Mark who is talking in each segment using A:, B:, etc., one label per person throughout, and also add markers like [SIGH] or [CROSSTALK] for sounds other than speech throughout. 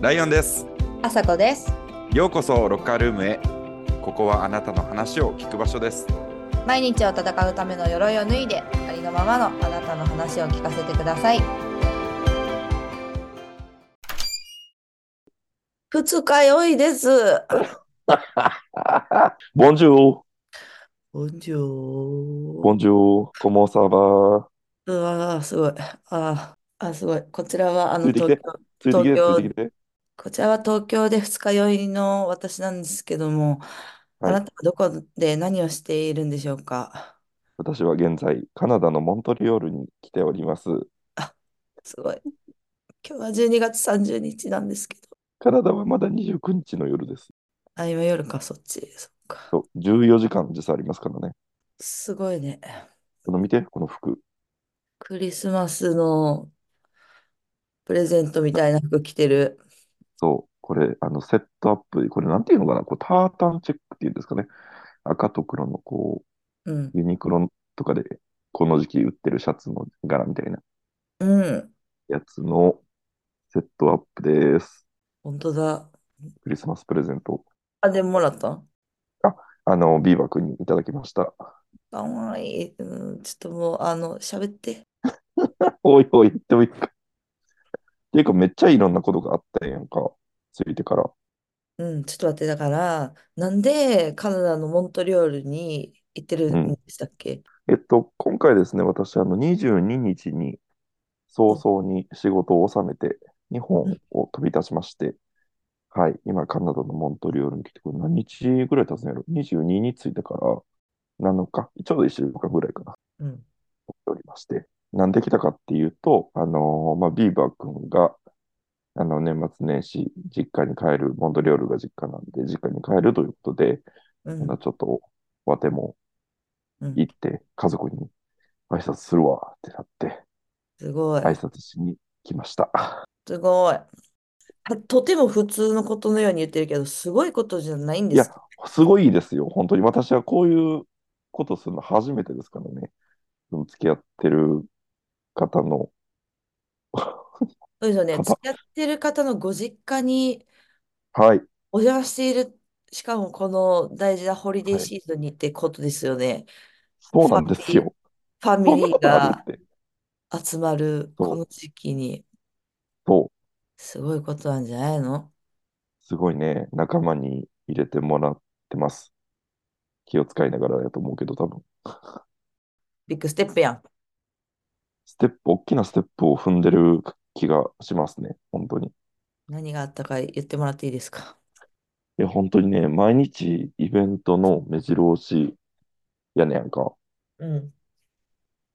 A: ライオンです
B: あさこです。
A: ようこそロッカールームへここはあなたの話を聞く場所です
B: 毎日を戦うための鎧を脱いで、ありのままのあなたの話を聞かせてください。二日酔いです。
C: [LAUGHS] ボンジュール、
B: ボンジョ
C: ボンジュール、コモサバ、
B: うわー、すごい。あーあ、すごい。こちらはあの
C: ついてき
B: 東
C: てついてきて、つ
B: 京、東京
C: いてきて。
B: こちらは東京で二日酔いの私なんですけども、
C: はい
B: あなたはどこで何をしているんでしょうか。
C: 私は現在、カナダのモントリオールに来ております。
B: すごい。今日は12月30日なんですけど。
C: カナダはまだ29日の夜です。
B: あ、今夜か、そっち。そっか。
C: そう、14時間時差ありますからね。
B: すごいね。
C: この見て、この服。
B: クリスマスのプレゼントみたいな服着てる。
C: そう、これ、あの、セットアップで、これなんていうのかな、こう、タータンチェックっていうんですかね。赤と黒の、こ
B: うん。
C: う、ユニクロとかで、この時期売ってるシャツの柄みたいな
B: うん。
C: やつのセットアップです。
B: 本当だ。
C: クリスマスプレゼント。
B: あ、でももらったん
C: あの、ビーバー君にいただきました。
B: かわいい。うん、ちょっともう、あの、喋って。
C: おいおい、言ってもいいか。っていうか、めっちゃいろんなことがあったやんか。ついてから。
B: うん、ちょっと待って。だから、なんでカナダのモントリオールに行ってるんでしたっけ
C: えっと、今回ですね、私、あの、22日に、早々に仕事を収めて、日本を飛び出しまして、はい、今、カナダのモントリオールに来て、これ何日ぐらい経つんやろ ?22 に着いてから、7日、ちょうど1週間ぐらいかな、
B: うん。
C: 経っておりまして。なんで来たかっていうと、あのーまあ、ビーバー君が、あの、年末年始、実家に帰る、モントリオールが実家なんで、実家に帰るということで、
B: う
C: ま
B: ん
C: だ。ちょっと、ワテも
B: うん
C: 行って、家族に挨拶するわってなって、
B: すごい。
C: 挨拶しに来ました。
B: すごい。あとても普通のことのように言ってるけど、すごいことじゃないんで
C: いや
B: すか。
C: すごいですよ、本当に。私はこういうことするの初めてですからね。その付き合ってる方の、
B: そうですよね。
C: パパ
B: 付き合ってる方のご実家に
C: はい、
B: お邪魔している、しかもこの大事なホリデー
C: はい
B: シーズンにってことですよね。
C: そうなんですよ。
B: ファミ
C: そん
B: リ
C: な [LAUGHS] こ
B: ー
C: とある
B: が
C: って。
B: 集まる
C: そう
B: この時期に、
C: そう。
B: すごいことなんじゃないの
C: すごいね、仲間に入れてもらってます。気を使いながらだと思うけど、多分。
B: ビッグステップやん。
C: ステップ、大きなステップを踏んでる気がしますね、本当に。い
B: 何があったか言ってもらっていいですか。
C: や、本当にね、毎日イベントの目白押しやねやんか。も
B: うん。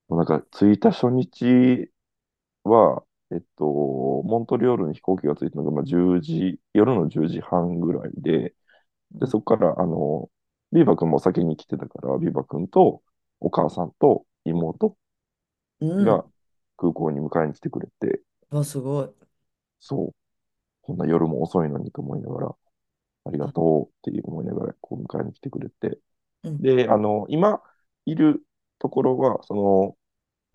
C: うなんか、着いた初日は、えっと、モントリオールに飛行機が着いたのが、まあ、10時、夜の10時半ぐらいで、で、そこから、あの、ビーバ君も先に来てたから、ビーバ君とお母さんと妹、
B: うん。
C: が空港に迎えに来てくれて、
B: わ、すごい。
C: そう、こんな夜も遅いのにと思いながら、ありがとうって思いながらこう迎えに来てくれて、
B: うん
C: で、あの、今いるところは、その、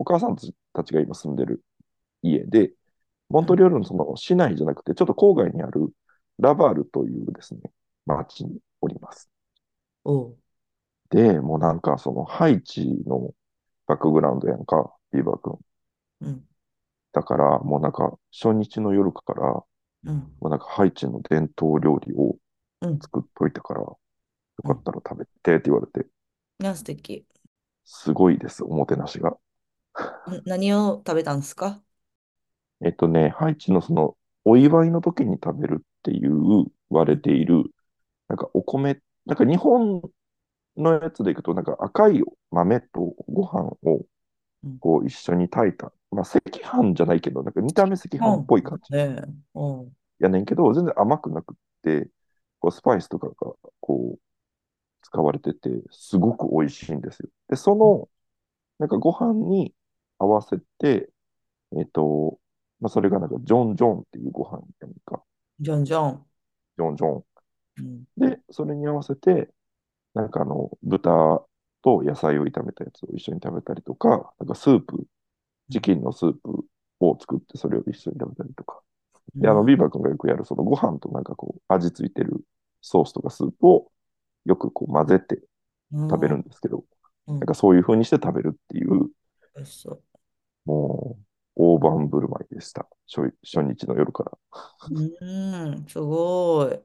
C: お母さんたちが今住んでる家で、モントリオールのその市内じゃなくて、ちょっと郊外にあるラバールというですね、町におります。
B: おう。
C: で、もうなんかそのハイチのバックグラウンドやんか、ビーバー君。
B: うん。
C: だから、もうなんか、初日の夜から、も
B: うん。
C: うなんか、ハイチの伝統料理を
B: うん。
C: 作っといたから、よかったら食べてって言われて、
B: いや、素敵。
C: すごいです、おもてなしが。
B: ん何を食べたんですか
C: えっとね、ハイチのその、お祝いの時に食べるっていう、割れている、なんかお米、なんか日本のやつでいくと、なんか赤い豆とご飯を
B: うん、
C: こう一緒に炊いた。まあ、赤飯じゃないけど、なんか見た目赤飯っぽい感じ。
B: ねえ。うん。
C: やねんけど、全然甘くなくって、こうスパイスとかがこう使われてて、すごく美味しいんですよ。で、その、なんかご飯に合わせて、えっと、まあ、それがなんかジョンジョンっていうご飯やねんか。
B: ジョンジョン。
C: ジョンジョン。
B: うん。
C: で、それに合わせて、なんかあの、豚と野菜を炒めたやつを一緒に食べたりとか、なんかスープ、チキンのスープを作ってそれを一緒に食べたりとか、で、あの、ビーバー君がよくやる、そのご飯となんかこう、味ついてるソースとかスープをよくこう混ぜて食べるんですけど、
B: うん
C: なんかそういう風にして食べるっていう、
B: 美味しそう。
C: もう、大盤振る舞いでした。初初日の夜から。
B: うん、すごい。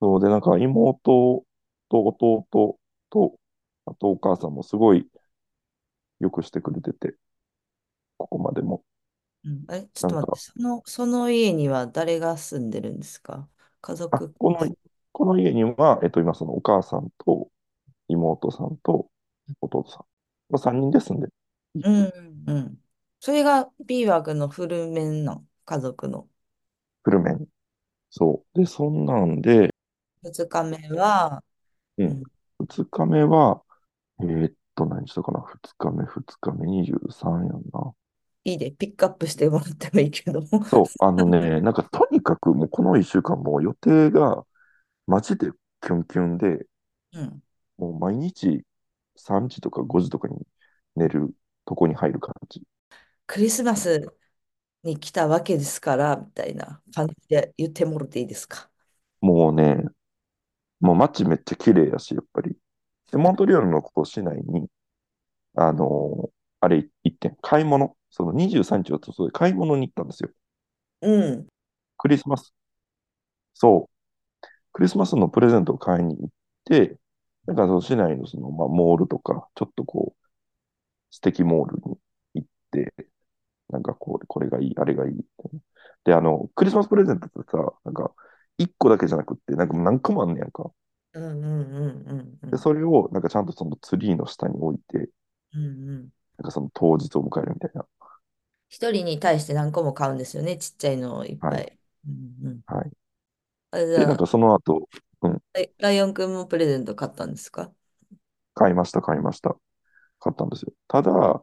C: そうで、なんか妹と弟と、あとお母さんもすごいよくしてくれてて、ここまでも。
B: うん、え、ちょっと
C: なん
B: 待
C: か
B: って、その、その家には誰が住んでるんですか家
C: あ、
B: 族。
C: この、この家には、えっと、今そのお母さんと妹さんと弟さん。まあ、3人で住んでる。
B: うん、うんうん。それがビーバー君のフル面の家族の。
C: フルメン。そう。で、そんなんで、
B: 2日目は、
C: うん
B: うん
C: 2日目は、えーっと、何したかな ?2 日目、2日目、23やんな。
B: いいで、ピックアップしてもらってもいいけども。
C: そう、あの
B: [LAUGHS]
C: ね、なんかとにかくもうこの1週間もう予定がマジでキュンキュンで、
B: うん。
C: もう毎日3時とか5時とかに寝るとこに入る感じ。
B: クリスマスに来たわけですから、みたいな感じで言ってもらっていいですか
C: もうね、もう街めっちゃ綺麗やし、やっぱり。で、モントリオールのここ市内に、あのーあれ行ってん、買い物、その23日はそこで買い物に行ったんですよ。
B: うん。
C: クリスマス。そう。クリスマスのプレゼントを買いに行って、なんかその市内のその、まあ、モールとか、ちょっとこう、素敵モールに行って、なんかこう、これがいい、あれがいいってね。で、あの、クリスマスプレゼントってさ、なんか、一個だけじゃなくって、なんか何個もあんねやんか。
B: うんうんうんうんうん
C: で、それを、なんかちゃんとそのツリーの下に置いて、
B: うんうん。
C: なんかその当日を迎えるみたいな。
B: 一人に対して何個も買うんですよね、ちっちゃいのをいっぱ。
C: はい
B: うんうん。
C: はい。
B: あ、じ
C: で、
B: ゃ
C: なん
B: あ、
C: かその後、
B: えライオンくんもプレゼント買ったんですか
C: 買いました、買いました。買ったんですよ。ただ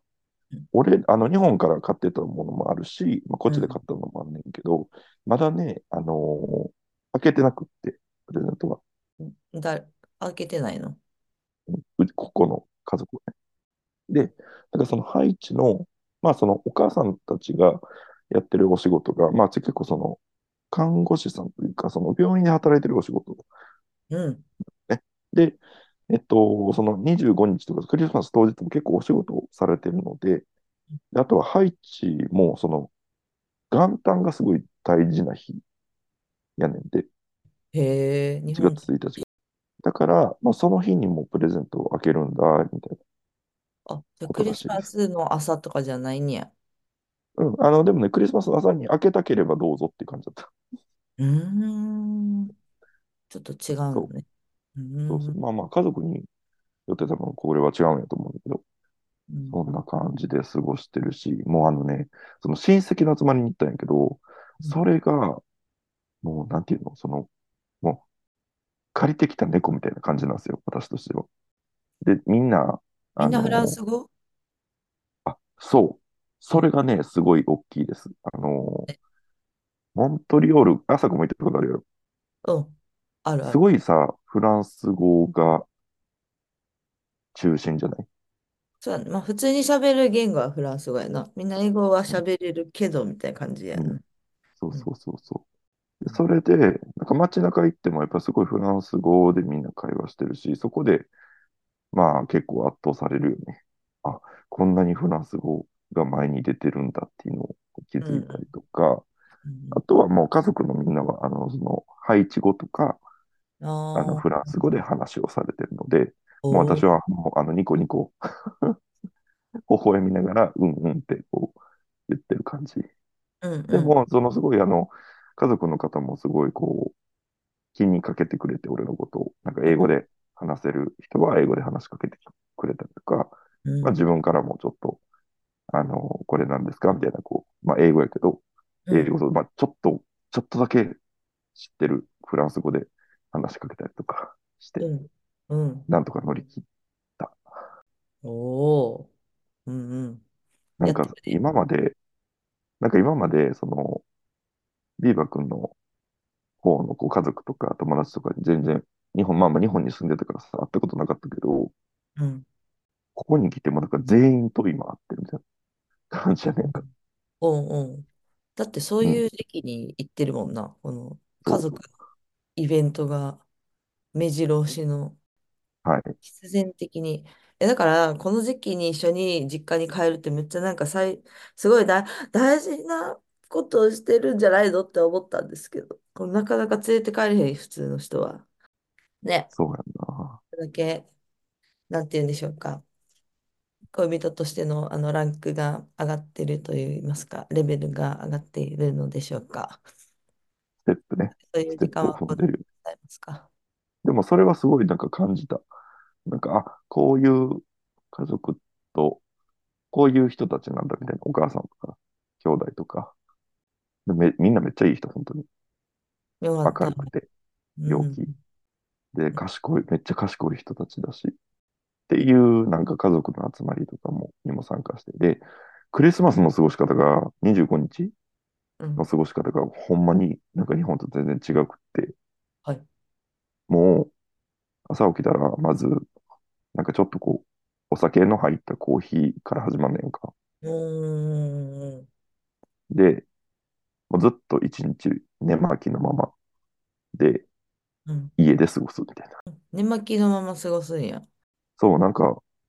B: うん、
C: 俺、あの、日本から買ってたものもあるし、まあ、こっちで買ったのもあんねんけど、まだね、あのー開けてなくって、プレゼントは。
B: だ、開けてないの
C: うここの家族はね。で、なんかそのハイチの、まあそのお母さんたちがやってるお仕事が、まあ結構その、看護師さんというか、その病院で働いてるお仕事
B: うん。
C: で、えっと、その25日とかクリスマス当日も結構お仕事をされてるので、であとはハイチもその元旦がすごい大事な日やねんで、
B: へえ、日
C: 1
B: 本。
C: 月1日が。だから、まあ、その日にもプレゼントを開けるんだ、みたい
B: あ、じゃ
C: こ
B: あ
C: と
B: クリ
C: ら
B: ス
C: しい
B: マ
C: で
B: スの朝とかじゃないんや。
C: な。うん、あの、でもね、クリスマスの朝に開けたければどうぞって感じだった。
B: うーん。ちょっと違うのね。う
C: そうそう
B: ーん。
C: まあまあ、家族によって多分これは違うんやと思うんだけど、
B: うん
C: そんな感じで過ごしてるし、もうあのね、その親戚の集まりに行ったんやけど、それが、もうなんていうの、その、もう、借りてきた猫みたいな感じなんですよ、私としては。で、みんな、
B: みんな
C: あの
B: フランス語
C: あ、そう。それがね、すごい大きいです。あの、モントリオール、朝子も言ったことあるよ。
B: うん。あるあ
C: す
B: る。
C: ごいさ、フランス語が中心じゃない
B: そうだね。まあ、普通に喋る言語はフランス語やな。みんな英語は喋れるけど、みたいな感じや
C: う
B: な。
C: んそうそうそうそう。でそれで、なんか街中行ってもやっぱすごいフランス語でみんな会話してるし、そこで、まあ結構圧倒されるよね。あ、こんなにフランス語が前に出てるんだっていうのを気づいたりとか、
B: うん
C: あとはもう家族のみんなは、あの、その、ハイチ語とか、あの、
B: あ
C: フランス語で話をされてるので、
B: あ、
C: もう私
B: は。
C: はもう、あの、ニコニコ、 [LAUGHS] 微笑みながら、うんうんってこう言ってる感じ。
B: うんうん
C: でも、そのすごいあの、家族の方もすごいこう、気にかけてくれて、俺のことを、なんか英語で話せる人は英語で話しかけてくれたりとか、
B: うん
C: まあ、自分からもちょっと、あの、これなんですかみたいな、こう、まあ、英語やけど、
B: うん
C: 英語と、まあ、ちょっと、ちょっとだけ知ってるフランス語で話しかけたりとかして、
B: うん。うん。
C: なんとか乗り切っ
B: おお。うんうん。
C: なん
B: や
C: か
B: ってくれ
C: 今まで、なんか今まで、その、ビーバー君の方のこう家族とか友達とかに全然、日本、まあまあ日本に住んでたからさ、会ったことなかったけど、
B: うん。
C: ここに来てもなんか全員と今会ってるみたいな感じやねんか。
B: うんうん。だってそういう時期っに行ってるもんな、この [LAUGHS] 家族のイベントが目白押しの。
C: はい。
B: 必然的に。え、だから、この時期に一緒に実家に帰るってめっちゃなんかさい、すごいだ、大事なことをしてるんじゃないのって思ったんですけど、これなかなか連れて帰れへん、普通の人は。ね、
C: そうやんな。
B: それだけ、なんて言うんでしょうか。恋人としてのあのランクが上がってるといいますか、レベルが上がっているのでしょうか。
C: ステップね。
B: そういう
C: ステ
B: 時
C: ッ
B: 間
C: プを踏
B: はご
C: ん
B: ざ
C: でる。
B: いますか。
C: でもそれはすごいなんか感じた。なんか、あ、こういう家族と、こういう人たちなんだみたいな。お母さんとか、兄弟とか。でめ、みんなめっちゃいい人、本当に。
B: よかっ
C: 明
B: た
C: る。くて、陽
B: うん
C: 気。で、賢い、めっちゃ賢い人たちだし。っていう、なんか家族の集まりとかも、にも参加して。で、クリスマスの過ごし方が、25日
B: うん
C: の過ごし方が、ほんまになんか日本と全然違くって。
B: はい
C: もう、朝起きたら、まず、なんかちょっとこう、お酒の入ったコーヒーから始まんねんか。
B: うーん。
C: で、もうずっと一日寝巻きのままで、
B: うん
C: 家で過ごすみたいな。
B: 寝巻きのまま過ごすんや。
C: そう、なんか、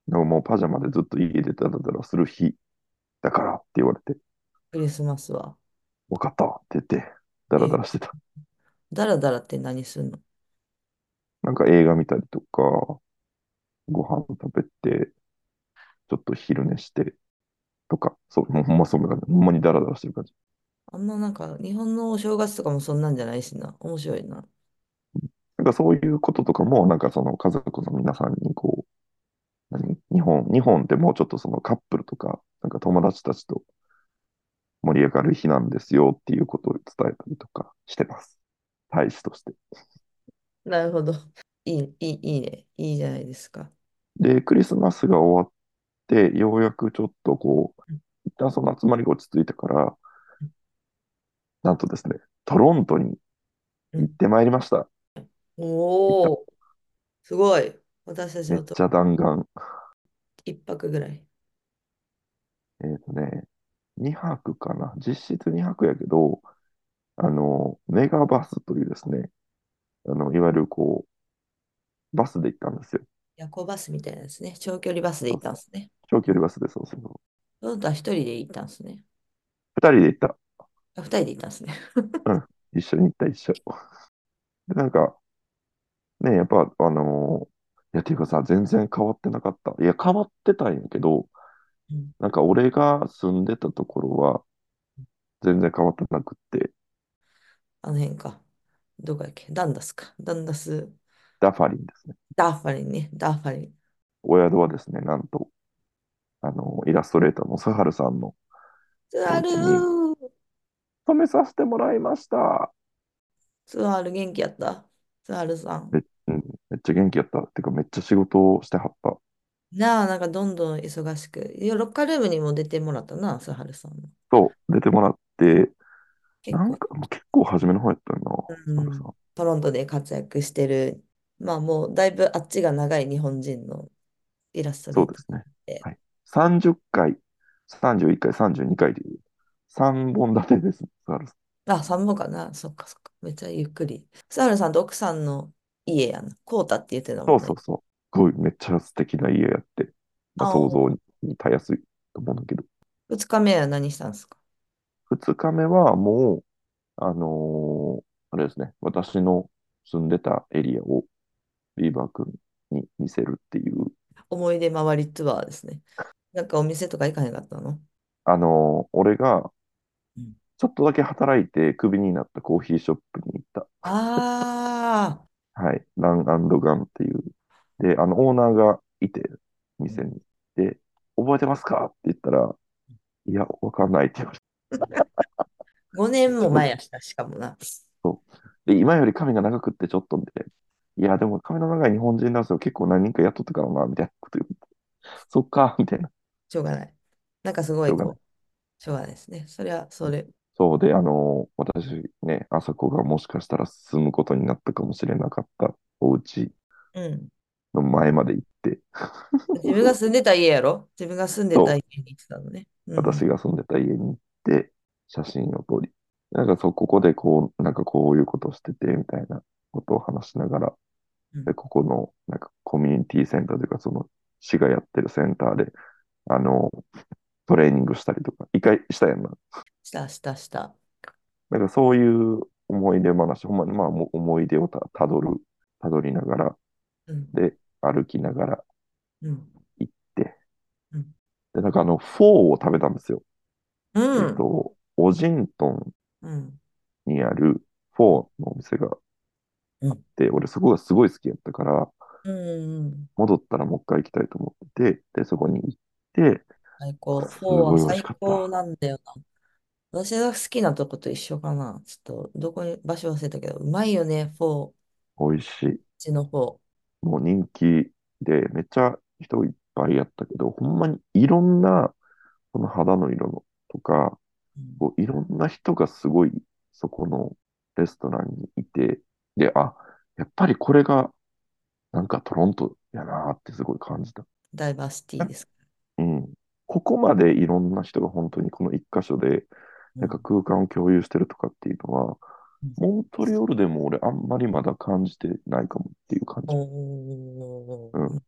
C: なんかもうパジャマでずっと家でダラダラする日だからって言われて、
B: クリスマスは。
C: わかったって言って、ダラダラしてた。
B: だらだらって何すんの
C: なんか映画見たりとか、ご飯食べて、ちょっと昼寝して、とか、そう、もうほんまそんな感じ。ほんまにダラダラしてる感じ。
B: あんななんか日本のお正月とかもそんなんじゃないしな。面白いな。
C: なんかそういうこととかも、なんかその家族の皆さんにこう、何日本、日本ってもうちょっとそのカップルとか、なんか友達たちと盛り上がる日なんですよっていうことを伝えたりとかしてます。大使として。
B: なるほど。いい、いい、いいね。いいじゃないですか。
C: で、クリスマスが終わって、ようやくちょっとこう
B: うん、
C: 一旦その集まりが落ち着いたから、なんとですね、トロントに行ってまいりました。
B: おお、すごい。私たち
C: め
B: の
C: っ
B: と
C: ちゃ弾丸。
B: 一泊ぐらい。
C: えっとね、2泊かな。実質2泊やけど、あの、メガバスというですね、あの、いわゆるこう、バスで行ったんですよ。
B: 夜行バスみたいなですね。長距離バスで行ったんですね。
C: 長距離バスで、そうそうそう。
B: トロントは一人で行ったんですね。
C: 二人で行った。
B: あ、二人で行ったんですね。
C: 一緒に行った、一緒。で、なんか、ね、やっぱ、あのいや、ていうかさ、全然変わってなかった。いや、変わってたんやけど、
B: うん
C: なんか俺が住んでたところは、全然変わってなくって、
B: あの辺か。どこやっけダンダスか。ダンダス。
C: ダファリンですね。
B: ダーファリンね。ダーファリン。
C: お宿はですね、なんと、あの、イラストレーターのスハルさんの
B: ツアール
C: 止めさせてもらいました。
B: ツアール元気やったツアールさん。
C: うん、めっちゃ元気やった。てか、めっちゃ仕事をしてはった。
B: なあ、なんかどんどん忙しく。いや、ロッカールームにも出てもらったな、スハルさんも。
C: そう、出てもらって、
B: 結
C: なん
B: 構、
C: か、もう結構初めの方やったよ
B: う
C: な、スハ
B: ん
C: ルさん。
B: トロントで活躍してる。まあもう、だいぶあっちが長い日本人のイラストレ
C: そ
B: ー
C: う
B: タ
C: で
B: ー。
C: すね
B: え。
C: はい、30回、31回、32回という、3本立てです、スハルさん。
B: あ、3本かな。そっかそっか。めっちゃゆっくり。スハルさんと奥さんの家やな。コータって言ってた
C: そ
B: も
C: うん
B: ね
C: そう。そう。すごい、めっちゃ素敵な家やって、まあ、
B: あ
C: 想像にたやすいと思うんだけど、
B: 2日目は何したんですか
C: 2日目はもう、あのーあれですね、私の住んでたエリアをビーバー君に見せるっていう、
B: 思い出回りツアーですね。なんかお店とか行かへんかったの
C: あのー俺が
B: うん
C: ちょっとだけ働いてクビになったコーヒーショップに行っ
B: ああ、
C: た。はい。ランガンっていう。で、あの、オーナーがいて、店に。で、覚えてますかって言ったら、いや、わかんないって言われて。
B: 5年も前やした、しかもな。
C: で、今より髪が長くってちょっとみたいな。いや、でも髪の長い日本人男性を結構何人か雇ってからな、みたいなこと言って。そっか、みたいな。
B: しょうがない。なんかすご
C: しょ
B: いう
C: がない
B: こう、しょうがないですね。それは、それ。
C: そうで、あの、私ね、あそこがもしかしたら住むことになったかもしれなかったお家
B: うん。
C: の前まで行って、
B: 自分が住んでた家やろ自分が住んでた
C: そう
B: 家に行ってたのね。うん
C: 私が住んでた家に行って、写真を撮り、なんかそう、ここでこう、なんかこういうことしてて、みたいなことを話しながら、
B: うん
C: で、ここの、なんかコミュニティセンターというか、その、市がやってるセンターで、あの、トレーニングしたりとか、一回したやんな。
B: したしたした。
C: なんかそういう思い出話、ほんまにまあもう思い出をた、たどる、たどりながら、
B: うん
C: で、歩きながら、
B: うん
C: で、なんかあの、フォーを食べたんですよ。
B: う
C: えっ
B: ん
C: と、オジントン
B: うん
C: にあるフォーのお店があって、俺そこがすごい好きやったから、
B: うん
C: 戻ったらもう一回行きたいと思ってて、で、そこに行って、
B: 最高。
C: す
B: フォー
C: ごい
B: は
C: 美味
B: 最
C: しかった
B: 高なんだよな。私が好きなとこと一緒かな。ちょっと、どこに、場所忘れたけど、うまいよね、フォー。う
C: 美味しい。
B: ちのフォ
C: もう人気で、めっちゃ人いっぱいやったけど、ほんまにいろんな、この肌の色のとか、
B: ー。
C: こういろんな人がすごい、そこのレストランにいて、で、あ、やっぱりこれが、なんかトロントやなーってすごい感じた。
B: ダイバーシティです。
C: うん。ここまでいろんな人が本当にこの一箇所で、なんか空間を共有してるとかっていうのは、モントリオールでも俺あんまりまだ感じてないかもっていう感じ。
B: おー
C: うん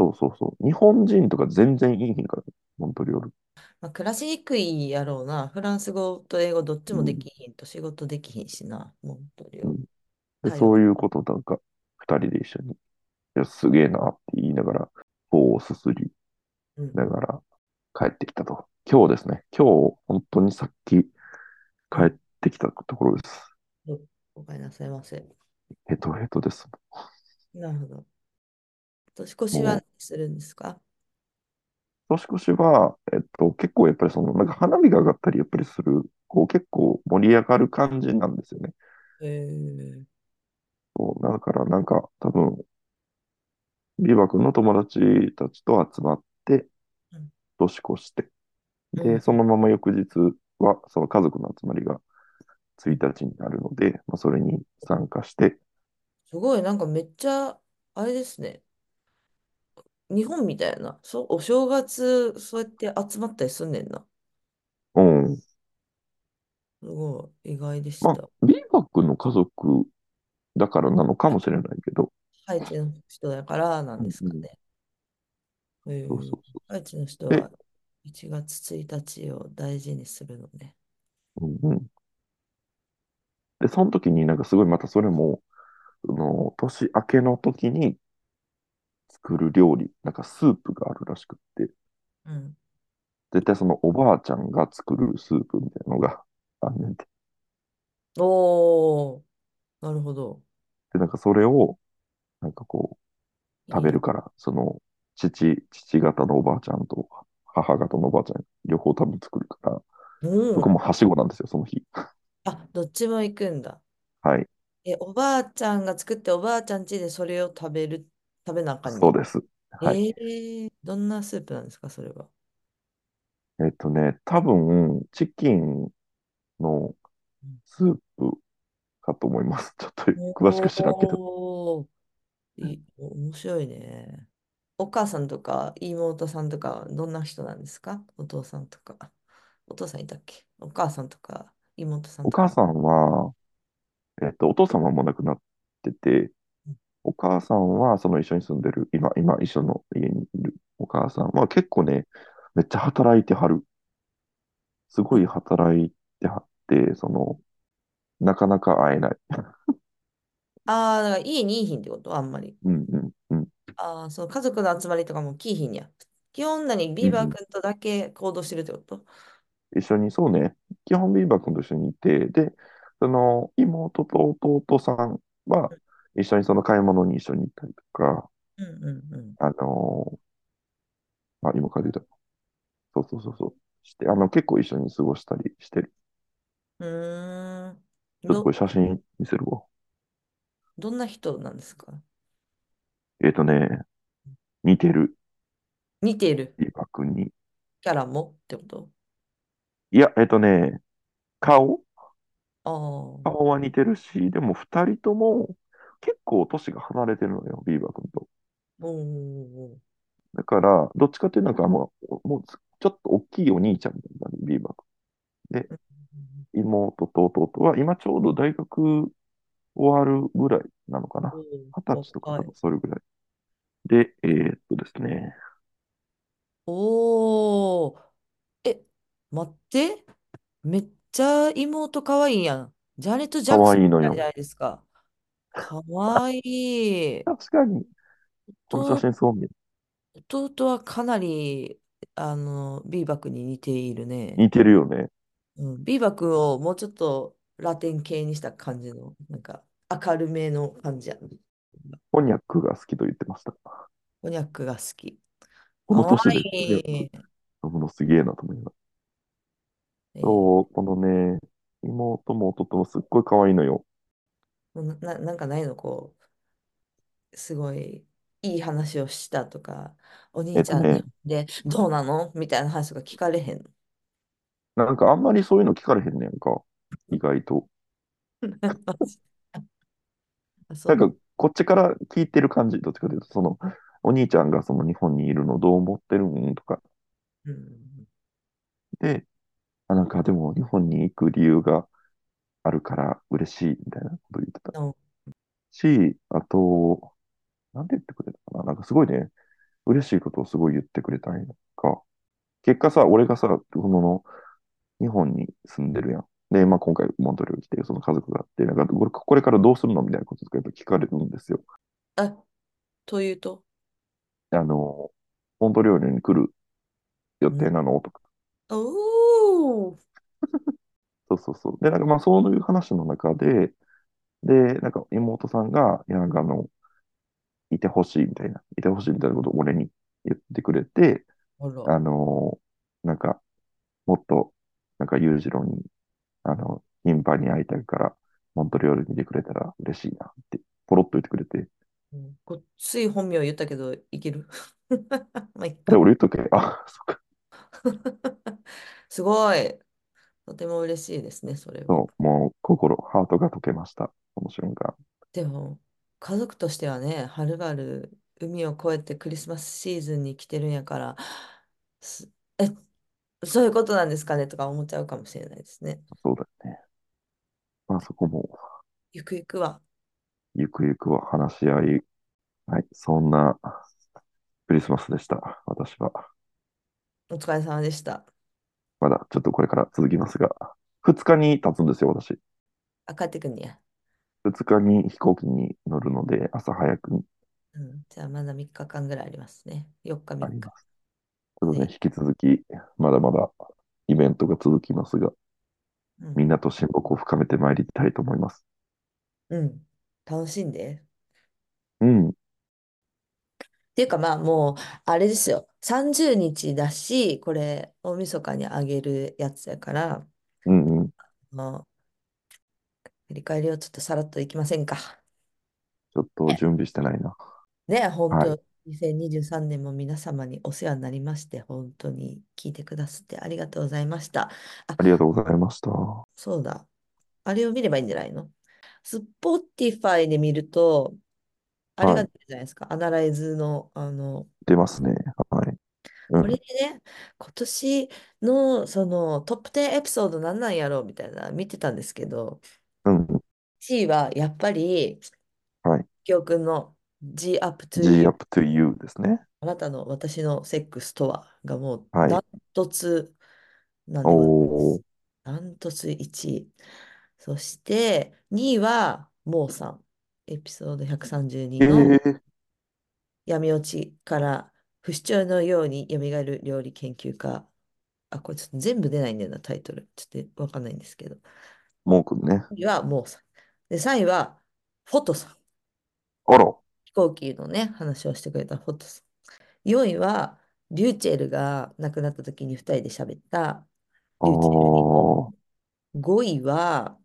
C: そうそうそう。日本人とか全然いい日から、モントリオール。
B: まあ、暮らしにくいやろうな。フランス語と英語どっちもできひんと仕事できひんしな。モントリオール
C: うんで、
B: はい
C: そういうことなんか、二人で一緒に、いや、すげえなって言いながら、こうすすり
B: うん
C: ながら帰ってきたと。今日ですね。今日、本当にさっき帰ってきたところです。
B: おかえりなさいませ。
C: ヘトヘトです。
B: なるほど。年越しは何するんですか
C: 年越しは、えっと、結構やっぱりその、なんか花火が上がったりやっぱりする、こう結構盛り上がる感じなんですよね。
B: えー、
C: そう、だからなんか多分、ビバ君の友達たちと集まって
B: うん、
C: 年越して、
B: う
C: で、
B: ん
C: そのまま翌日は、その家族の集まりが1日になるので、まあ、それに参加して、
B: すごい、なんかめっちゃ、あれですね。日本みたいな。そう、お正月、そうやって集まったりすんねんな。
C: うん。
B: すごい、意外でし
C: まあ
B: た。、
C: ビバ君の家族だからなのかもしれないけど、
B: ハイチの人だからなんですかね。え
C: そうそう
B: ー、
C: そ
B: ハイチの人
C: で
B: は1月1日を大事にするのね。
C: う。うんうん。で、その時になんかすごいまたそれも、その年明けの時に作る料理、なんかスープがあるらしくって、
B: うん。
C: 絶対そのおばあちゃんが作るスープみたいなのがあんねんて。
B: おー、なるほど。
C: で、なんかそれを、なんかこう、食べるから、その、父、父方のおばあちゃんと母方のおばあちゃん、両方多分作るから、
B: うん
C: 僕もはしごなんですよ、その日。
B: あ、どっちも行くんだ。
C: はい、
B: え、おばあちゃんが作っておばあちゃん家でそれを食べる、食べなあかんね
C: そうです。はい。
B: えー、どんなスープなんですか、それは。
C: えっとね、多分、チキンのスープかと思います。 [LAUGHS] ちょっと詳しく知らんけど。
B: おーい、面白いね。お母さんとか妹さんとかどんな人なんですかお父さんとか。お父さんいたっけお母さんとか妹さん
C: お
B: とか。
C: 母さんは、えっと、お父様も亡くなってて
B: うん、
C: お母さんは、その一緒に住んでる、今、今、一緒の家にいるお母さんは、結構ね、めっちゃ働いてはる。すごい働いてはって、その、なかなか会えない。
B: ああ、だから家にいいひんってことあんまり。
C: うんうんうん。
B: ああ、その家族の集まりとかも来いひんや。基本何ビーバー君とだけ行動してるってこと
C: 一緒に、そうね、基本ビーバー君と一緒にいて、で、その、妹と弟さんは、一緒にその買い物に一緒に行ったりとか、
B: うんうんうん。
C: あのーあ、今書いてた。そうそうそうそう。して、あの、結構一緒に過ごしたりしてる。
B: うー
C: ちょ
B: ん。
C: っと
B: ど
C: こ、れ写真見せるわ。
B: どんな人なんですか
C: えっ、とね、似てる、
B: 似ている
C: リバ君に。
B: キャラもってこと
C: いや、えっ、とね、顔
B: ああ、
C: 顔は似てるし、でも二人とも結構年が離れてるのよ、ビーバー君と。
B: おー
C: だから、どっちかっていうとなんかもう、もうちょっと大きいお兄ちゃんみたいな、ビーバー君。で、妹と弟は、今ちょうど大学終わるぐらいなのかな。二十歳とか多分それぐらい。で、えーっとですね。
B: おおー。え、待って。めっちゃ妹可愛いやん。ジャネット・ジャク
C: 可
B: ソン
C: 愛いの
B: みたい
C: よ
B: じゃないですか。可愛い。
C: 確かに、この写真そう見える
B: 弟弟はかなり、あの、ビーバくんに似ているね。
C: 似てるよね。
B: うん、ビーバくんをもうちょっとラテン系にした感じの、なんか明るめの感じやん。
C: こんにゃくが好きと言ってました。
B: こにゃくが好き。
C: この
B: 可
C: 年で
B: 愛
C: こんにゃく
B: い。
C: 飲むのすげえなと思いながら。
B: えー
C: そう、このね、妹も弟もすっごい可愛いのよ。
B: もうな、なんかないの、こう、すごいいい話をしたとか、お
C: え
B: 兄
C: っ
B: ち
C: と
B: ゃん
C: ね、
B: でどうなのみたいな話とか聞かれへん。 [LAUGHS]
C: なんかあんまりそういうの聞かれへんねんか。意外と。
B: あそ
C: な
B: うんなの。
C: かこっちから聞いてる感じ、どっちかというと、その、お兄ちゃんがその日本にいるのどう思ってるんとか。
B: うん
C: で、あ、なんかでも日本に行く理由があるから嬉しいみたいなこと言ってた
B: うん
C: し、あと、なんて言ってくれたかな。なんかすごいね、嬉しいことをすごい言ってくれたんやんか。結果さ、俺がさ、その、日本に住んでるやん。で、まあ今回モントリオール来て、その家族があって、なんかこれこれからどうするのみたいなこととかやっぱ聞かれるんですよ。
B: あ、というと、
C: あの、モントリオールに来る予
B: うん、
C: 定なのとか。
B: おー、
C: そうそうそう。で、なんかまあそういう話の中で、で、なんか妹さんが、いや、なんかあの、いてほしいみたいな、いてほしいみたいなことを俺に言ってくれて、
B: あら、
C: あの、なんか、もっと、なんか裕次郎に、あの、頻繁に会いたいから、モントリオールに来てくれたら嬉しいなって、ポロッと言ってくれて、
B: うんごっつい本名言ったけど、いける [LAUGHS] まあ、いっ
C: で、
B: か。 [LAUGHS]
C: 俺言っとけ、あ、そっか、
B: すごい。とても嬉しいですね、それは。
C: そう、もう心、ハートが溶けました、この瞬間。
B: でも、家族としてはね、はるばる海を越えてクリスマスシーズンに来てるんやから、すえ、そういうことなんですかねとか思っちゃうかもしれないですね。
C: そうだよね。まあそこも、
B: ゆくゆくは。
C: ゆくゆくは話し合い、はい、そんなクリスマスでした、私は。
B: お疲れ様でした。
C: まだちょっとこれから続きますが、2日に経つんですよ、私。
B: あ、帰ってくんねや。
C: 2日に飛行機に乗るので、朝早くに
B: うん。じゃあまだ3日間ぐらいありますね。4
C: あ
B: 日、3
C: り
B: 日。
C: ます。ということ
B: ね。
C: で、引き続き、まだまだイベントが続きますが、
B: う
C: み
B: ん。
C: んなと親睦を深めてまいりたいと思います。
B: うん。楽しんで。
C: うん、
B: っていうかまあもうあれですよ30日だしこれ大晦日にあげるやつやから
C: うん、うん。
B: もう振り返りをちょっとさらっといきませんか
C: ちょっと準備してないな。
B: ね本
C: はい。
B: 当2023年も皆様にお世話になりまして本当に聞いてくださってありがとうございましたあ
C: ありがとうございました。
B: そうだあれを見ればいいんじゃないの Spotify で見るとあれ
C: は
B: が
C: い。
B: 出るじゃないですかアナライズのあの
C: 出ますね。はい。う
B: こ
C: ん。
B: れでね、今年のそのトップ10エピソードなんなんやろうみたいな見てたんですけど、
C: うん。
B: 1位はやっぱり、
C: はい。
B: 教君の G up to
C: G
B: you、
C: up to you ですね。
B: あなたの私のセックスとはがもう
C: は
B: ダ
C: い。
B: ントツなんでございま
C: おー。
B: す。ダントツ1位。そして2位はもうさん、エピソード132
C: え
B: の
C: ー、
B: 闇落ちから不死鳥のように蘇る料理研究家。あ、これちょっと全部出ないんだよな、タイトル。ちょっとわかんないんですけど。
C: もうくんね。
B: 次はもうさん。で、3位はフォトさん。
C: あら。
B: 飛行機のね、話をしてくれたフォトさん。4位はリューチェルが亡くなった時に2人で喋った
C: あ
B: リューチェルにも。
C: ー。
B: 5位は、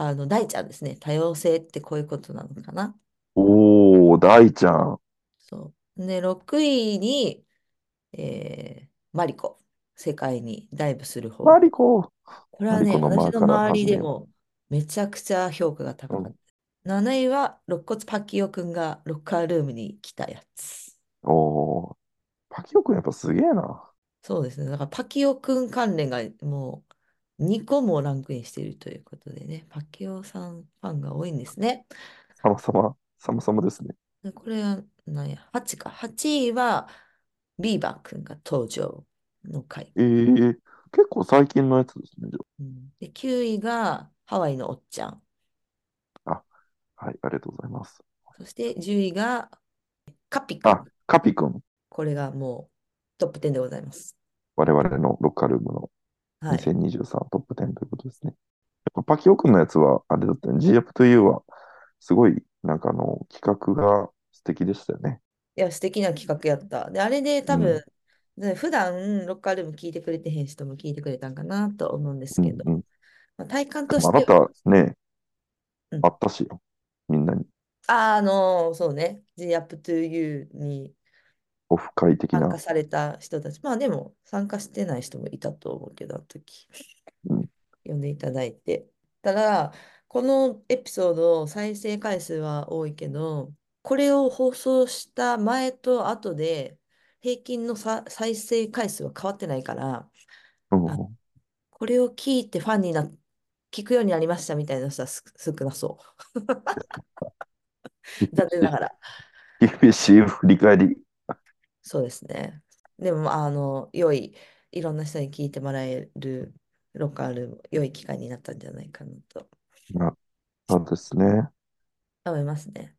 B: あの、大ちゃんですね。多様性ってこういうことなのかな。
C: おー、大ちゃん。
B: そう。で、6位に、えー、マリコ。世界にダイブする
C: マ
B: 方。
C: リコ。
B: これ
C: マ
B: は
C: リ
B: ね、
C: コの
B: 私
C: 間
B: の
C: から
B: 周り
C: 始
B: で
C: めよ
B: もめちゃくちゃ評価が
C: う。
B: 高
C: う
B: かっ
C: ん。
B: た。7位は、肋骨パキオくんがロッカールームに来たやつ。
C: おー。パキオくんやっぱすげえな。
B: そうですね。だからパキオくん関連がもう2個もランクインしているということでね、パキオさんファンが多いんですね。
C: 様様、様様ですね。
B: でこれは何や、8か。8位はビーバー君が登場の回。
C: えー、結構最近のやつですね。じゃ
B: うんで、9位がハワイのおっちゃん。
C: あはい、ありがとうございます。
B: そして10位がカピ君
C: あ。カピ君、
B: これがもうトップ10でございます。
C: 我々のロッカールームの
B: はい。
C: 2023トップ10ということですね。やっぱパキオ君のやつは、あれだったね、g f というは、すごい、なんかあの、企画が素敵でしたよね。
B: いや、素敵な企画やった。で、あれで多分、ね普段ロッカールーム聞いてくれてへん人も聞いてくれたんかなと思うんです
C: うん
B: けど、
C: うん。
B: まあ、体感と
C: でも
B: し
C: あな
B: ては、
C: たね、
B: うん
C: あったしよ、みんなに
B: ああの、そうね、The Up to You に
C: オフ会的
B: 参
C: な
B: 加。された人たち、まあでも参加してない人もいたと思うけど、あの時
C: うん、
B: 呼んでいただいて。ただ、このエピソード、再生回数は多いけど、これを放送した前と後で、平均のさ再生回数は変わってないから、
C: うん
B: あこれを聞いてファンにな、聞くようになりましたみたいな人はす少なそう。残念ながら。
C: 厳しい振り返り。
B: そうですね。でも、まああの、良い、いろんな人に聞いてもらえる、ロッカールーム、良い機会になったんじゃないかなと
C: そうですね。
B: 思いますね。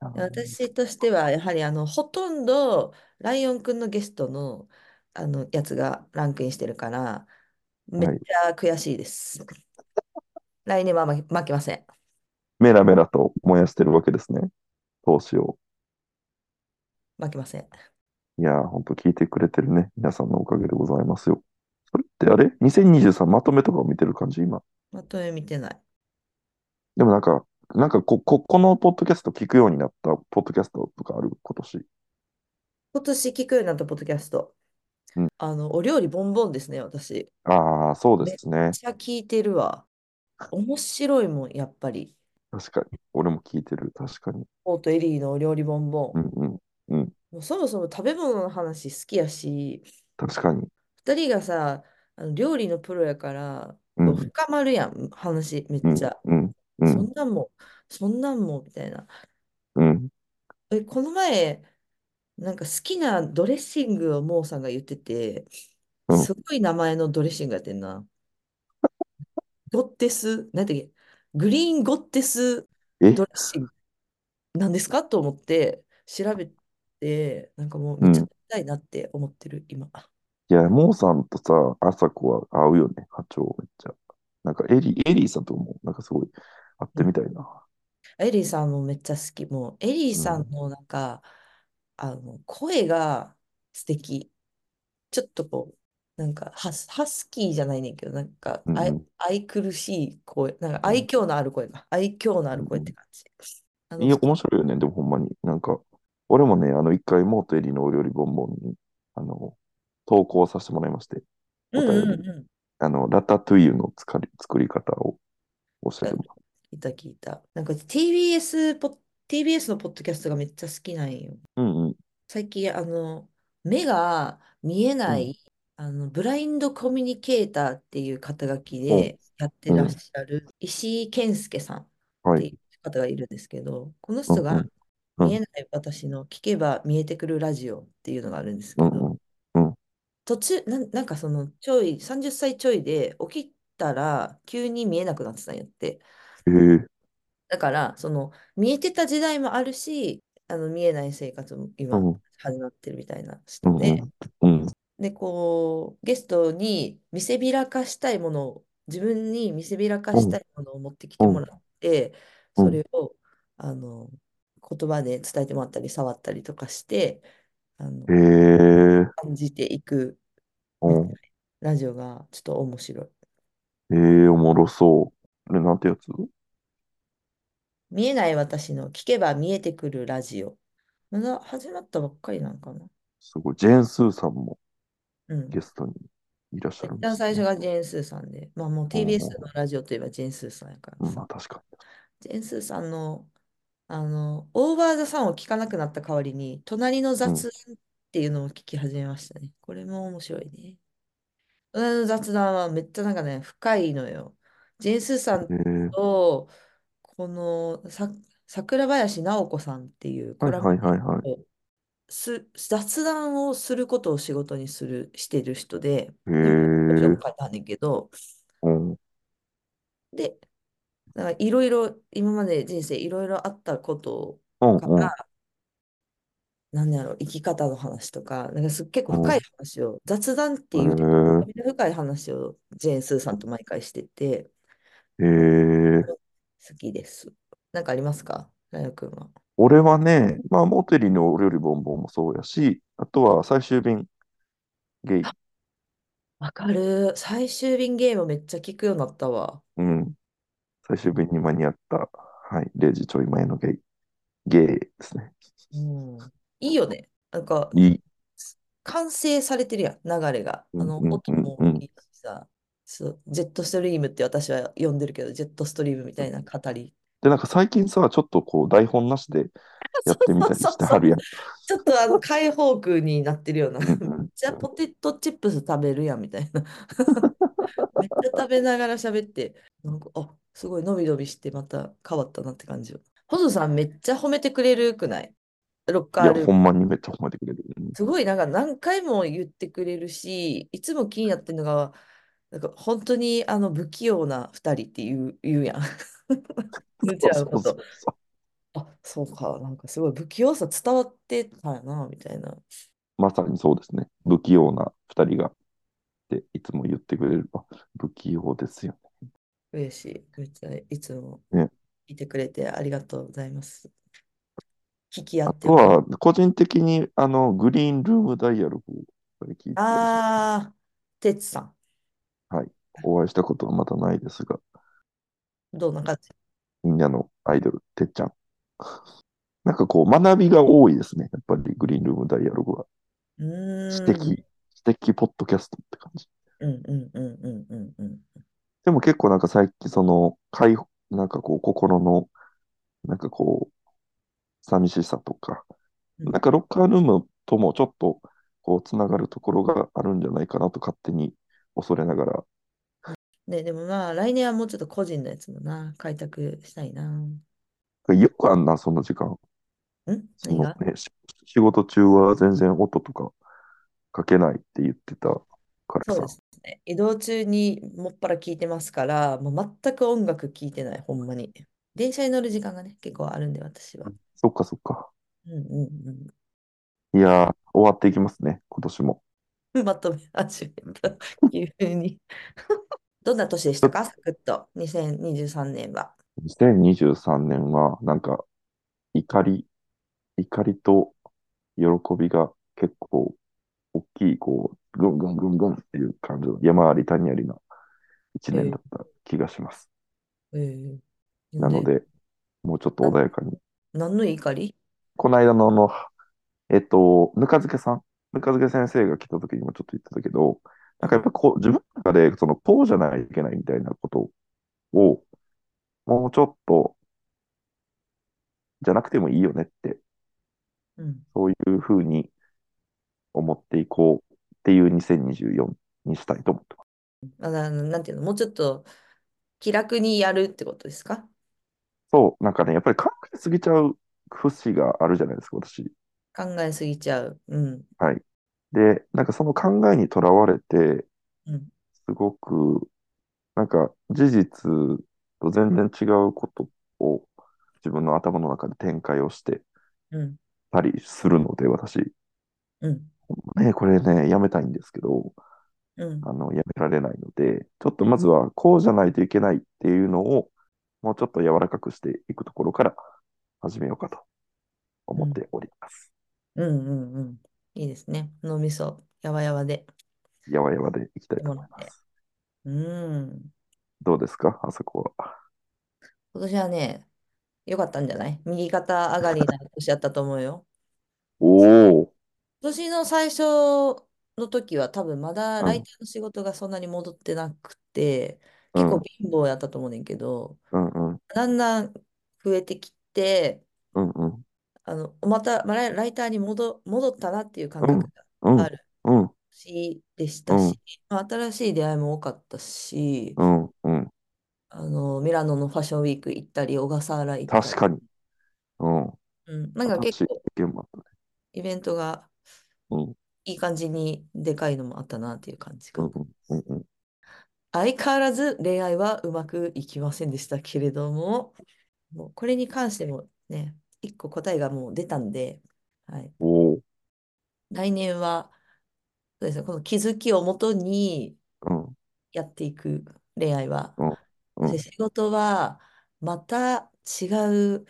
B: 私としては、やはりあのほとんどライオンくんのゲストの、あのやつがランクインしてるから、めっちゃ悔しいです。 [LAUGHS] 来年は負け負けません。
C: メラメラと燃やしてるわけですね。投資を。
B: 負けません。
C: いやー、ほんと聞いてくれてるね。皆さんのおかげでございますよ。それってあれ ?2023 まとめとかを見てる感じ今。
B: まとめ見てない。
C: でもなんか、なんかこ、こ、このポッドキャスト聞くようになったポッドキャストとかある今年。
B: 今年聞くようになったポッドキャスト。
C: うん
B: あの、お料理ボンボンですね、私。
C: ああ、そうですね
B: めっ。ちゃ聞いてるわ。面白いもん、やっぱり。
C: 確かに。俺も聞いてる。確かに。
B: オートエリーのお料理ボンボン
C: う。んうん。
B: もうそもそも食べ物の話好きやし、
C: 確かに。
B: 二人がさ、あの料理のプロやから、
C: うん。
B: こう深まるやん、話めっ
C: うん
B: ちゃ。。
C: うん。う
B: そ
C: ん。
B: んなんも、そんなんも、みたいな。
C: うん。
B: え、この前、なんか好きなドレッシングをモーさんが言ってて、
C: うん
B: すごい名前のドレッシングやってんな。ゴッテス、なんてっけ、グリーンゴッテス
C: え
B: ドレッシング。なんですかと思って、調べて、なんかもうめっちゃ食べたいなって思ってる、今。
C: いや、モーさんとさ、あさこは合うよね。波長めっちゃ。なんかエリ、エリーさんとも、なんかすごい会ってみたいな。
B: エリーさんもめっちゃ好き。もう、エリーさんのなんか、あの、声が素敵。ちょっとこう、なんかハス、ハスキーじゃないねんけど、なんか、
C: うんうん
B: 愛、愛くるしい声、なんか
C: うん
B: 愛嬌のある声が、愛嬌のある声って感じ。あの、
C: いや、面白いよね。でもほんまに。なんか、俺もね、あの、一回、モーとエリーのお料理ボンボンに、あの、投稿させてもらいまして、
B: うんうんうん。
C: あの、ラタトゥイユの作り、作り方を教えてもらっ
B: 聞いた聞いた。なんか TBS ポッ、TBS のポッドキャストがめっちゃ好きなんよ。
C: た。うんうん。
B: 最近、あの、目が見えない、あの、ブラインドコミュニケーターっていう肩書きでやってらっしゃる石井健介さんっ
C: は
B: て
C: い。
B: いう方がいるんですけど、この人
C: うん
B: が
C: うんうん
B: 見えない私の聞けば見えてくるラジオっていうのがあるんですけ
C: うん
B: ど、
C: うん。
B: 途中、なん、なんかそのちょい、30歳ちょいで起きたら急に見えなくなってたんやって。
C: ええ
B: だから、その見えてた時代もあるし、あの見えない生活も
C: う
B: 今
C: ん
B: 始まってるみたいな
C: う
B: 人
C: んう
B: で、
C: ん。うん
B: で、こう、ゲストに見せびらかしたいものを、自分に見せびらかしたいものを持ってきてもらって、
C: うん
B: それを、あの、言葉で伝えてもらったり、触ったりとかして、あの、
C: ええ
B: 感じていく
C: うん
B: ラジオがちょっと面白い。
C: ええおもろそう。でなんてやつ
B: 見えない私の聞けば見えてくるラジオ。まだ始まったばっかりなんかな。
C: すごい。ジェーン・スーさんも
B: うん。
C: ゲストにいらっしゃるん
B: 一
C: で
B: 番
C: す、
B: 最初がジェーン・スーさんで、まあもう TBS のラジオといえばジェーン・スーさんやから
C: うん、
B: さ
C: まあ。確か
B: ジェンスーさんの、あの、オーバーザさんを聞かなくなった代わりに、隣の雑音っていうのを聞き始めましたね。これも面白いね。私の雑談はめっちゃなんかね、深いのよ。ジェンスーさん
C: えー、
B: と、このさ、桜林直子さんっていう
C: は
B: コ
C: い
B: ラム
C: はいはいはい。
B: ニストす、雑談をすることを仕事にする、してる人で、
C: え
B: 今、文章
C: ー、
B: も書いたんだけど、
C: うん、
B: で、なんかいろいろ、今まで人生いろいろあったこと
C: うん、
B: か
C: うん、
B: ら、なんだろう、生き方の話とか、なんかす結構
C: う
B: 深い
C: ん。
B: 話を、雑談って
C: え
B: いうと、
C: ー、
B: 深い話をジェーン・スーさんと毎回してて、
C: えー、
B: 好きです。なんかありますかライオくんは。
C: 俺はね、まあ、モテリのお料理ボンボンもそうやし、あとは最終便ゲイ。
B: わかる。最終便ゲームめっちゃ聞くようになったわ。
C: うん。最終便に間に合った。はい。0時ちょい前のゲイ。ゲイですね。
B: うん。いいよね。なんか、
C: いい。
B: 完成されてるやん、流れが。
C: う
B: あ
C: ん
B: の、
C: うん
B: 音
C: うん
B: も
C: う
B: い
C: ん。
B: いしさ、そう、ジェットストリームって私は呼んでるけど、ジェットストリームみたいな語り。
C: で、なんか最近さ、ちょっとこう台本なしでや
B: そ
C: ってみ
B: う
C: たり
B: そう
C: して
B: そ
C: は
B: う。
C: るやん。
B: ちょっとあの開放空になってるような。
C: う
B: め
C: ん
B: っ
C: うん。
B: ちゃポテトチップス食べるやんみた
C: [LAUGHS]
B: いな。めっちゃ食べながら喋って、なんか、あ、すごい伸び伸びしてまた変わったなって感じよ。ホゾさんめっちゃ褒めてくれるくないロッ
C: い
B: カー
C: や、
B: ルー
C: ほ
B: ム。
C: んまにめっちゃ褒めてくれる。うん
B: すごいなんか何回も言ってくれるし、いつも気になってるのが、なんか本当にあの不器用な2人って言う、
C: [LAUGHS]
B: 言うやん。言っ
C: そ
B: ち
C: う
B: ゃう
C: そ
B: こ
C: うそ
B: と。
C: うそ
B: あ、そうか、なんかすごい不器用さ伝わってたよな、みたいな。
C: う。まさにそうですね。不器用な二人がっていつも言ってくれる。あ、不器用ですよ
B: 嬉しい。めっちゃいつも
C: ね。
B: いてくれてありがとうございます。聞き合
C: あ
B: って
C: と
B: ます。
C: は、個人的に、あの、グリーンルームダイアログを聞いてたりしますね。
B: あー、てつさん、
C: はい。お会いしたことはまだないですが、
B: どんな感じ
C: みんなのアイドル、てっちゃん。 [LAUGHS] なんかこう、学びが多いですね。やっぱりグリーンルームダイアログは。
B: う
C: 知
B: ーん、
C: 的、知的ポッドキャストって感じ。
B: うんうんうんうんうんうん。
C: でも結構なんか最近、その、解放、なんかこう、心の、なんかこう、寂しさとか、
B: う
C: なん
B: ん
C: かロッカールームともちょっと、こう、つながるところがあるんじゃないかなと勝手に恐れながら、
B: ね、でもまあ、来年はもうちょっと個人のやつもな、開拓したいな。ん
C: よくあんな、その時間。そ
B: 何
C: の
B: が
C: ね、し仕事中は全然音とかかけないって言ってたから
B: そう
C: さ。
B: ですね。移動中にもっぱら聞いてますから、もう全く音楽聞いてない、ほんまに。電車に乗る時間がね、結構あるんで、私は。
C: そっかそっか。
B: うんうんうん。
C: いやー、終わっていきますね、今年も。
B: まとめ始めた、急に。どんな年でし
C: ちょ
B: た
C: っと
B: か、サクッと、2023年は。
C: 2023年は、なんか、怒り、怒りと喜びが結構大きい、こう、ぐんぐんぐんぐんっていう感じの山あり谷ありな一年
B: え
C: だった気がします。
B: ー、えー、なん
C: なの
B: で、
C: で、もうちょっと
B: な、
C: 穏やかに。
B: 何の怒り
C: この間のあの、えっと、ぬか漬けさん、ぬか漬け先生が来た時にもちょっと言ってたけど、なんかやっぱこう、自分の中で、その、こうじゃないといけないみたいなことを、もうちょっと、じゃなくてもいいよねって、
B: うん。
C: そういうふうに思っていこうっていう2024にしたいと思ってます。
B: あ、な、なんていうの、もうちょっと気楽にやるってことですか
C: そう、なんかね、やっぱり考えすぎちゃう節があるじゃないですか、私。
B: 考えすぎちゃう。うん。
C: はい。で、なんかその考えにとらわれて、
B: うん。
C: すごく、なんか事実と全然違うことを自分の頭の中で展開をして
B: うん。
C: たりするので、私、
B: うん。
C: ね、これね、やめたいんですけど、
B: うん。
C: あの、やめられないので、ちょっとまずはこうじゃないといけないっていうのを、もうちょっと柔らかくしていくところから始めようかと
B: う
C: 思っ
B: ん。
C: ております。
B: うんうんうん。いいですね。脳みそ、やわやわで、
C: やわやわでいきたい
B: で
C: と
B: も
C: 思
B: ら
C: い
B: っ
C: ま
B: て。
C: す。
B: うん。
C: どうですか、あそこは。
B: 今年はね、良かったんじゃない右肩上がりな年だったと思うよ。
C: おお、
B: 今年の最初の時は多分まだ
C: う
B: ライ
C: ん、
B: ターの仕事がそんなに戻ってなくて、
C: う
B: 結
C: ん、
B: 構
C: うん、
B: 貧乏やったと思うねんけど、
C: うん、うん、
B: だんだん増えてきて、
C: うん、うん、
B: あの、またまあライライターに戻、戻ったなっていう感
C: うん、
B: 覚が
C: う
B: あ
C: ん、
B: る。年でしたし、まあ新しい出会いも多かったし、
C: うん、うん。
B: あの、ミラノのファッションウィーク行ったり、小笠原行ったり、
C: 確かに。うん。
B: うん、なんか
C: 新
B: 結
C: しい
B: 構
C: 経験もあったね。
B: イベントが
C: うん、
B: いい感じにでかいのもあったなっていう感じか
C: うんう
B: な。、
C: ん、うん。うん
B: 相変わらず恋愛はうまくいきませんでしたけれども、もうこれに関してもね、一個答えがもう出たんで、はい、
C: おー
B: 来年は、そうですね、この気づきをもとに
C: うん、
B: やっていく恋愛は。
C: うん
B: で、。仕事はまた違う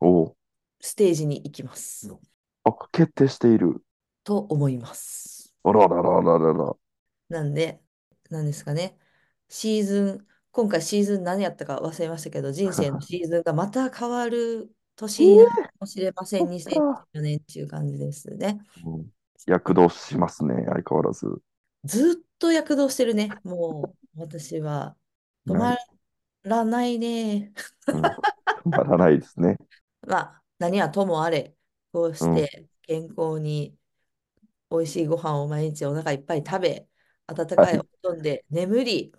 C: おー
B: ステージに行きます。
C: あ、決定している。
B: と思います。
C: あらららららら。
B: なんで、なんですかね、シーズン、今回シーズン何やったか忘れましたけど、人生
C: [LAUGHS]
B: のシーズンがまた変わる年になるかもしれません、
C: えーそっか
B: 2014年っていう感じですね。
C: うん、躍動しますね、相変わらず。
B: ずっと躍動してるね、もう私は。止まらないね。 [LAUGHS]
C: うん、止まらないですね。
B: まあ、何はともあれ、こうして健康に美味しいご飯を毎日お腹いっぱい食べ、温かいお布団で眠り、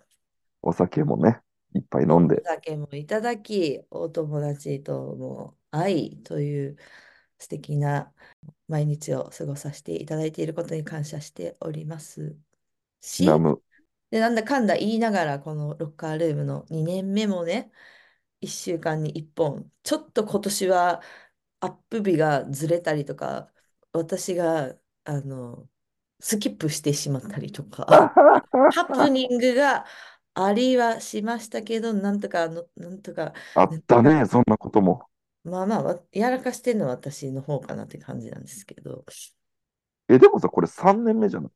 C: お酒もね、いっぱい飲んで
B: お。酒もいただき、お友達とも会いという素敵な毎日を過ごさせていただいていることに感謝しておりますし、
C: ラム。
B: で、なんだかんだ言いながら、このロッカールームの2年目もね、1週間に1本、ちょっと今年はアップ日がずれたりとか、私があのスキップしてしまったりとか。ハプニングがありはしましたけど、なんとかの、なんとか、
C: [LAUGHS] あったね、そんなことも。
B: まあまあ、わやらかしてるのは私の方かなって感じなんですけど。
C: え、でもさ、これ3年目じゃない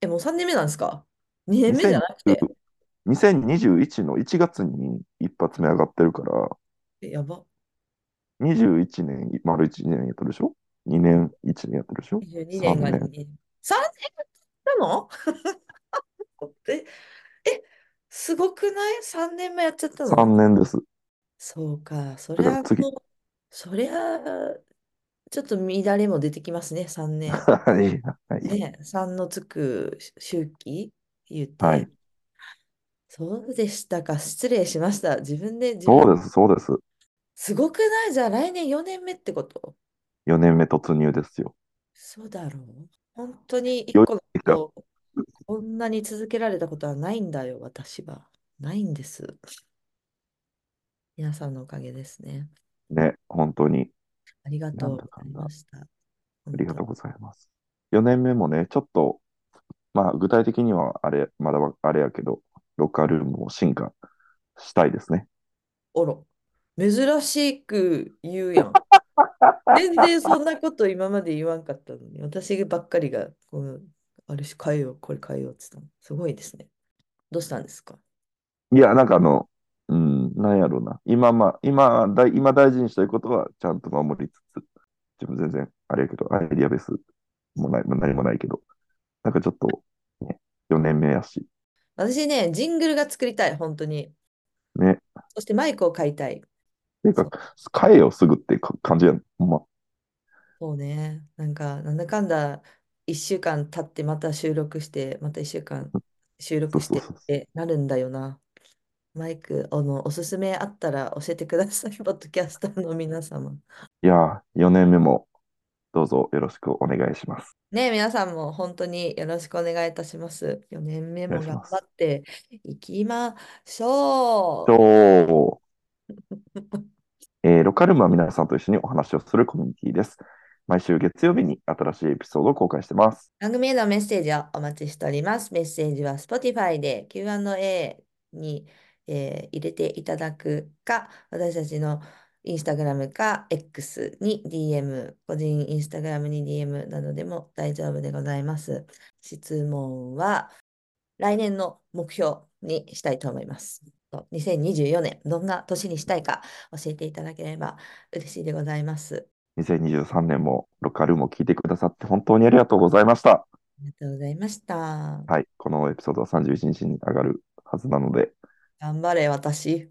B: え、もう3年目なんですか ?2 年目じゃなくて、
C: 2021の1月に一発目上がってるから、
B: えやば。
C: 21年、丸1年やってるでしょ ?2 年、1年やってるでしょ
B: 22年が
C: 三
B: 2
C: 年
B: 年。3年なの [LAUGHS] え、え、すごくない ?3 年目やっちゃったの
C: ?3 年です。 [LAUGHS]
B: そうか、そ
C: だ
B: り
C: か
B: ゃ
C: ら次
B: もう、そりゃ、ちょっと乱れも出てきますね、3年。
C: はい、はい、
B: ね、3のつく周期言って、
C: はい。
B: そうでしたか、失礼しました。自分で自分、
C: そうです、そうです。
B: すごくないじゃあ来年4年目ってこと
C: 4年目突入ですよ。
B: そうだろう本当に一
C: よ
B: 個のことをこんなに続けられたことはないんだよ、私は。ないんです。皆さんのおかげですね。
C: ね、本当に。
B: ありがとう
C: なんだか
B: ござい
C: んだ
B: ました。本
C: ありがとう
B: 当
C: ございます。4年目もね、ちょっと、まあ、具体的にはあれ、まだわあれやけど、ロッカールームも進化したいですね。
B: あら、珍しく言うやん。全然そんなこと今まで言わんかったのに、私ばっかりが、このあれし変えよう、これ変えようって言ったの。すごいですね。どうしたんですか
C: いや、なんかあの、うん、なんやろうな。今、まあ、今、だい今大事にしてることはちゃんと守りつつ、自分全然、あれやけど、アイディアベースもない、何もないけど、なんかちょっと、ね、4年目やし、
B: 私ね、ジングルが作りたい、本当に。
C: ね。
B: そしてマイクを買いたい。
C: ていうか、帰えよ、すぐってか感じやん。ほんま、
B: そうね。なんか、なんだかんだ、1週間経ってまた収録して、また1週間収録してっ
C: そうそうそう
B: てなるんだよな。マイク、あの、おすすめあったら教えてください、 [LAUGHS] ポッドキャスターの皆様。
C: いやー、4年目も、どうぞよろしくお願いします。
B: ねえ、皆さんも本当によろしくお願いいたします。4年目
C: お願
B: も
C: いし
B: 頑
C: ます
B: 張っていきましょう。
C: と、えーロカルムは皆さんと一緒にお話をするコミュニティです。毎週月曜日に新しいエピソードを公開してます。
B: 番組へのメッセージをお待ちしております。メッセージは Spotify で Q&A に、えー入れていただくか、私たちの Instagram か X に DM、個人 Instagram に DM などでも大丈夫でございます。質問は来年の目標にしたいと思います。2024年、どんな年にしたいか教えていただければ嬉しいでございます。
C: 2023年もロカルムを聞いてくださって本当にありがとうございました。
B: ありがとうございました。
C: はい、このエピソードは31日に上がるはずなので、
B: 頑張れ、私。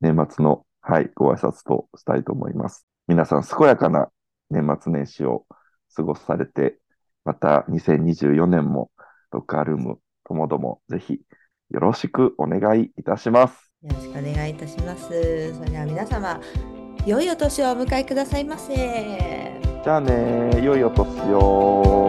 C: 年末の、はい、ご挨拶としたいと思います。皆さん、健やかな年末年始を過ごされてまた2024年もロッカールームともどもぜひよろしくお願いいたします。
B: よろしくお願いいたします。それでは皆様、良いお年をお迎えくださいませ。
C: じゃあねー、良いお年を。